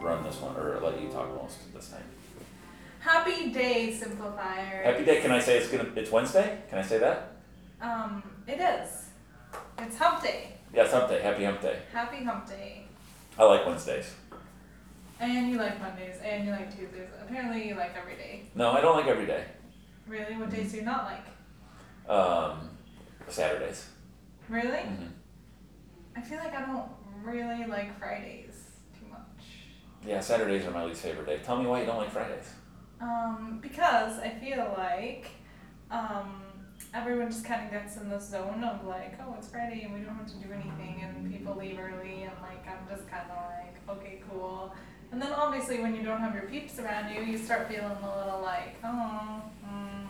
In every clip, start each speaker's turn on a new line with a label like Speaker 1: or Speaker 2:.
Speaker 1: run this one or let you talk most this time.
Speaker 2: Happy Day Simplifier.
Speaker 1: Happy day. Can I say it's gonna? It's Wednesday. Can I say that?
Speaker 2: Um, it is. It's Hump Day.
Speaker 1: Yeah, it's hump day. Happy hump day.
Speaker 2: Happy Hump Day.
Speaker 1: I like Wednesdays.
Speaker 2: And you like Mondays, and you like Tuesdays. Apparently, you like every day.
Speaker 1: No, I don't like every day.
Speaker 2: Really? What days do you not like?
Speaker 1: Um, Saturdays.
Speaker 2: Really?
Speaker 1: hmm
Speaker 2: I feel like I don't really like Fridays too much.
Speaker 1: Yeah, Saturdays are my least favorite day. Tell me why you don't like Fridays.
Speaker 2: Um, because I feel like um, everyone just kind of gets in this zone of like, oh, it's Friday and we don't have to do anything, and people leave early, and like I'm just kind of like, okay, cool. And then obviously, when you don't have your peeps around you, you start feeling a little like, oh, mm,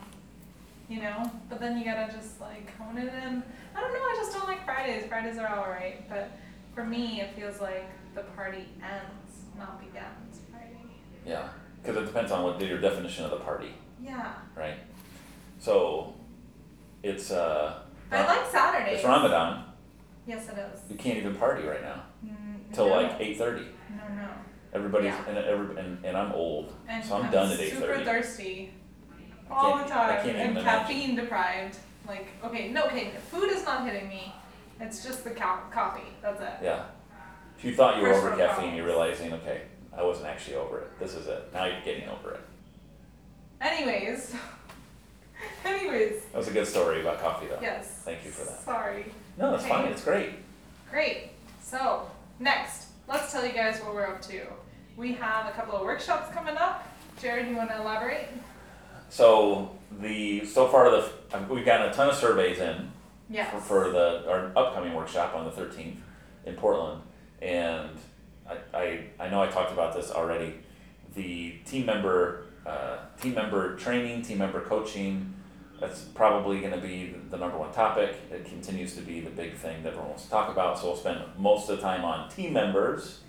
Speaker 2: you know. But then you gotta just like hone it in. I don't know. I just don't like Fridays. Fridays are all right, but for me, it feels like the party ends, not begins. Friday.
Speaker 1: Yeah, because it depends on what your definition of the party,
Speaker 2: Yeah.
Speaker 1: right? So, it's uh.
Speaker 2: I like Saturdays.
Speaker 1: It's Ramadan.
Speaker 2: Yes, it is.
Speaker 1: You can't even party right now
Speaker 2: Mm,
Speaker 1: till
Speaker 2: no,
Speaker 1: like eight thirty.
Speaker 2: No, no.
Speaker 1: Everybody's
Speaker 2: Yeah.
Speaker 1: and every and, and I'm old,
Speaker 2: And
Speaker 1: so I'm, done at eight
Speaker 2: super
Speaker 1: thirty.
Speaker 2: thirsty all the
Speaker 1: can't- I
Speaker 2: time
Speaker 1: can't even
Speaker 2: and
Speaker 1: imagine.
Speaker 2: caffeine deprived. Like, okay, no, okay, food is not hitting me. It's just the co- coffee. That's it.
Speaker 1: Yeah. If you thought you were over
Speaker 2: Personal
Speaker 1: caffeine, you're realizing, okay, I wasn't actually over it. This is it. Now you're getting over it.
Speaker 2: Anyways. Anyways.
Speaker 1: That was a good story about coffee, though.
Speaker 2: Yes.
Speaker 1: Thank you for that.
Speaker 2: Sorry.
Speaker 1: No, it's
Speaker 2: Okay.
Speaker 1: fine. It's great.
Speaker 2: Great. So, next, let's tell you guys what we're up to. We have a couple of workshops coming up. Jared, you want to elaborate?
Speaker 1: So the so far the we've gotten a ton of surveys in
Speaker 2: Yes.
Speaker 1: for, for the our upcoming workshop on the thirteenth in Portland, and I, I I know I talked about this already. The team member uh, team member training, team member coaching. That's probably going to be the number one topic. It continues to be the big thing that everyone wants to talk about. So we'll spend most of the time on team members.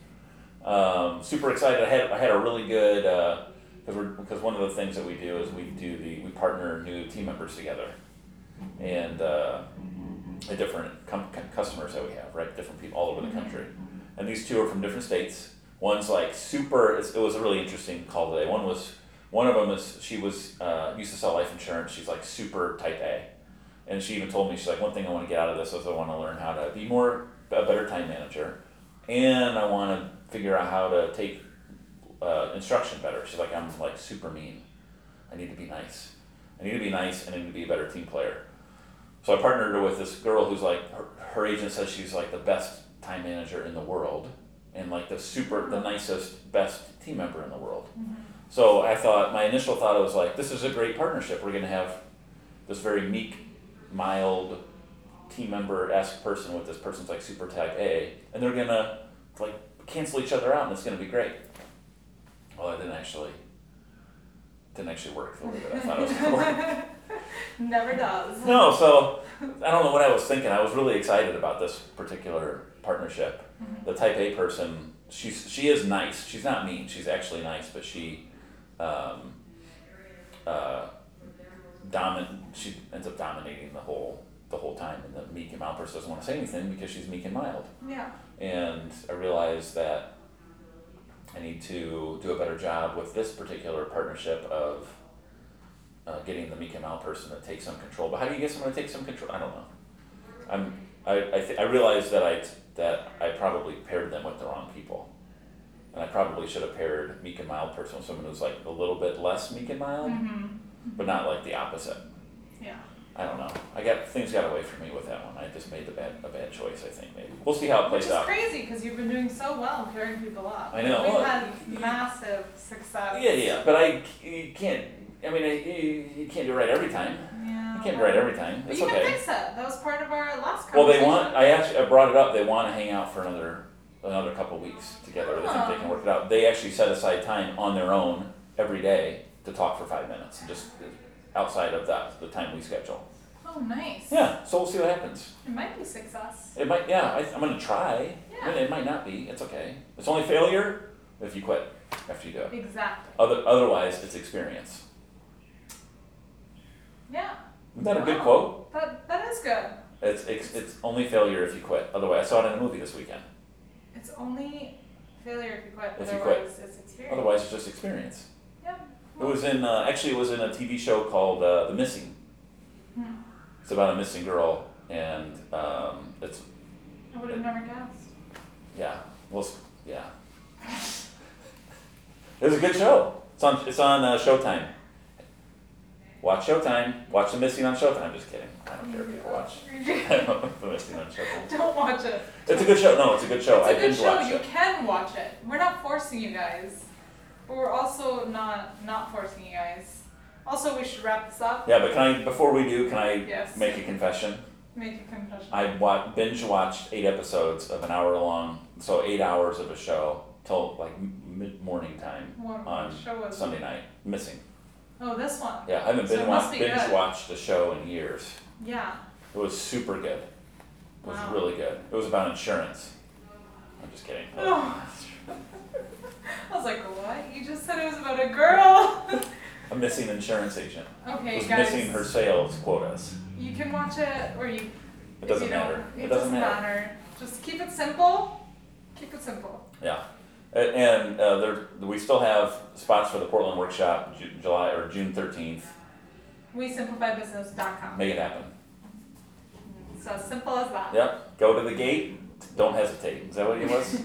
Speaker 1: Um, super excited. I had, I had a really good uh, because we're because one of the things that we do is we do the we partner new team members together, and uh, the different com- com- customers that we have, right? Different people all over the country, and these two are from different states. One's like super. It's, it was a really interesting call today. One was one of them is she was uh, used to sell life insurance. She's like super type A, and she even told me she's like one thing I want to get out of this is I want to learn how to be more a better time manager, and I want to figure out how to take uh, instruction better. She's like, I'm like super mean. I need to be nice. I need to be nice and I need to be a better team player. So I partnered her with this girl who's like, her, her agent says she's like the best time manager in the world and like the super, the nicest, best team member in the world. So I thought, my initial thought was like, this is a great partnership. We're going to have this very meek, mild team member esque person with this person's like super type A and they're going to like cancel each other out and it's going to be great. Well, I didn't actually didn't actually work the way that I thought it was going to work.
Speaker 2: Never does.
Speaker 1: No, so I don't know what I was thinking. I was really excited about this particular partnership. The type A person, she's she is nice. She's not mean. She's actually nice, but she um, uh, domin- she ends up dominating the whole the whole time and the meek and mild person doesn't want to say anything because she's meek and mild
Speaker 2: Yeah.
Speaker 1: and I realized that I need to do a better job with this particular partnership of uh, getting the meek and mild person to take some control. But how do you get someone to take some control? I don't know. I'm I I, th- I realized that I t- that I probably paired them with the wrong people, and I probably should have paired meek and mild person with someone who's like a little bit less meek and mild,
Speaker 2: Mm-hmm.
Speaker 1: but not like the opposite.
Speaker 2: Yeah.
Speaker 1: I don't know. I got things got away from me with that one. I just made the bad a bad choice. I think maybe we'll see how it
Speaker 2: Which
Speaker 1: plays
Speaker 2: is
Speaker 1: out.
Speaker 2: crazy because you've been doing so well pairing people up.
Speaker 1: I know.
Speaker 2: We've
Speaker 1: Well,
Speaker 2: had
Speaker 1: you-
Speaker 2: massive success.
Speaker 1: Yeah, yeah, but I you can't. I mean, I, you, you can't do it right every time.
Speaker 2: Yeah.
Speaker 1: You can't do it right every time.
Speaker 2: But
Speaker 1: It's
Speaker 2: you
Speaker 1: okay.
Speaker 2: can fix it. That was part of our last
Speaker 1: well,
Speaker 2: conversation.
Speaker 1: they want. I actually I brought it up. They want to hang out for another another couple weeks together. They think they
Speaker 2: Oh.
Speaker 1: can work it out. They actually set aside time on their own every day to talk for five minutes, and just outside of that the time we schedule.
Speaker 2: Oh, nice.
Speaker 1: Yeah. So we'll see what happens.
Speaker 2: It might be success.
Speaker 1: It might. Yeah. I, I'm gonna try. I mean, it might not be. It's okay. It's only failure if you quit after you do it.
Speaker 2: Exactly.
Speaker 1: Other, otherwise, it's experience.
Speaker 2: Yeah.
Speaker 1: Isn't that a good
Speaker 2: Wow.
Speaker 1: quote?
Speaker 2: That, that is good.
Speaker 1: It's, it's, it's only failure if you quit. Otherwise, I saw it in a movie this weekend.
Speaker 2: It's only failure if you quit.
Speaker 1: If you
Speaker 2: Otherwise,
Speaker 1: quit.
Speaker 2: it's experience.
Speaker 1: Otherwise, it's just experience.
Speaker 2: Yeah.
Speaker 1: It was in uh, actually it was in a TV show called uh, The Missing.
Speaker 2: Hmm.
Speaker 1: It's about a missing girl, and um, it's
Speaker 2: I would have never guessed.
Speaker 1: yeah, well, it's- yeah. It was a good show. It's on it's on uh, Showtime. Watch Showtime. Watch The Missing on Showtime. Just kidding. I don't care if people watch. I don't like The Missing on Showtime.
Speaker 2: Don't watch it.
Speaker 1: It's a good show. No, it's a good show.
Speaker 2: It's
Speaker 1: I
Speaker 2: a good
Speaker 1: binge
Speaker 2: show.
Speaker 1: watch
Speaker 2: You
Speaker 1: it.
Speaker 2: can watch it. We're not forcing you guys, but we're also not not forcing you guys. Also, we should wrap this up.
Speaker 1: Yeah, but can I before we do, can I
Speaker 2: Yes.
Speaker 1: make a confession?
Speaker 2: Make a confession.
Speaker 1: I wa- binge watched eight episodes of an hour long, so eight hours of a show till like mid morning time
Speaker 2: What
Speaker 1: on
Speaker 2: show was
Speaker 1: Sunday night. Missing.
Speaker 2: Oh, this one.
Speaker 1: Yeah, I haven't
Speaker 2: So it
Speaker 1: binge,
Speaker 2: must
Speaker 1: watched
Speaker 2: be
Speaker 1: binge
Speaker 2: good.
Speaker 1: watched a show in years.
Speaker 2: Yeah.
Speaker 1: It was super good. It was
Speaker 2: Wow.
Speaker 1: really good. It was about insurance. I'm just kidding.
Speaker 2: Oh. I was like, what? You just said it was about a girl.
Speaker 1: A missing insurance agent
Speaker 2: okay,
Speaker 1: was
Speaker 2: guys.
Speaker 1: missing her sales quotas.
Speaker 2: You can watch it, or you.
Speaker 1: It doesn't
Speaker 2: you don't-
Speaker 1: matter.
Speaker 2: It,
Speaker 1: It
Speaker 2: doesn't
Speaker 1: doesn't matter.
Speaker 2: Just keep it simple. Keep it simple.
Speaker 1: Yeah, A- and uh, there we still have spots for the Portland workshop, Ju- July or June thirteenth.
Speaker 2: WeSimplifyBusiness.com.
Speaker 1: Make it happen.
Speaker 2: It's as simple as that.
Speaker 1: Yep. Go to the gate. Don't hesitate. Is that what it was?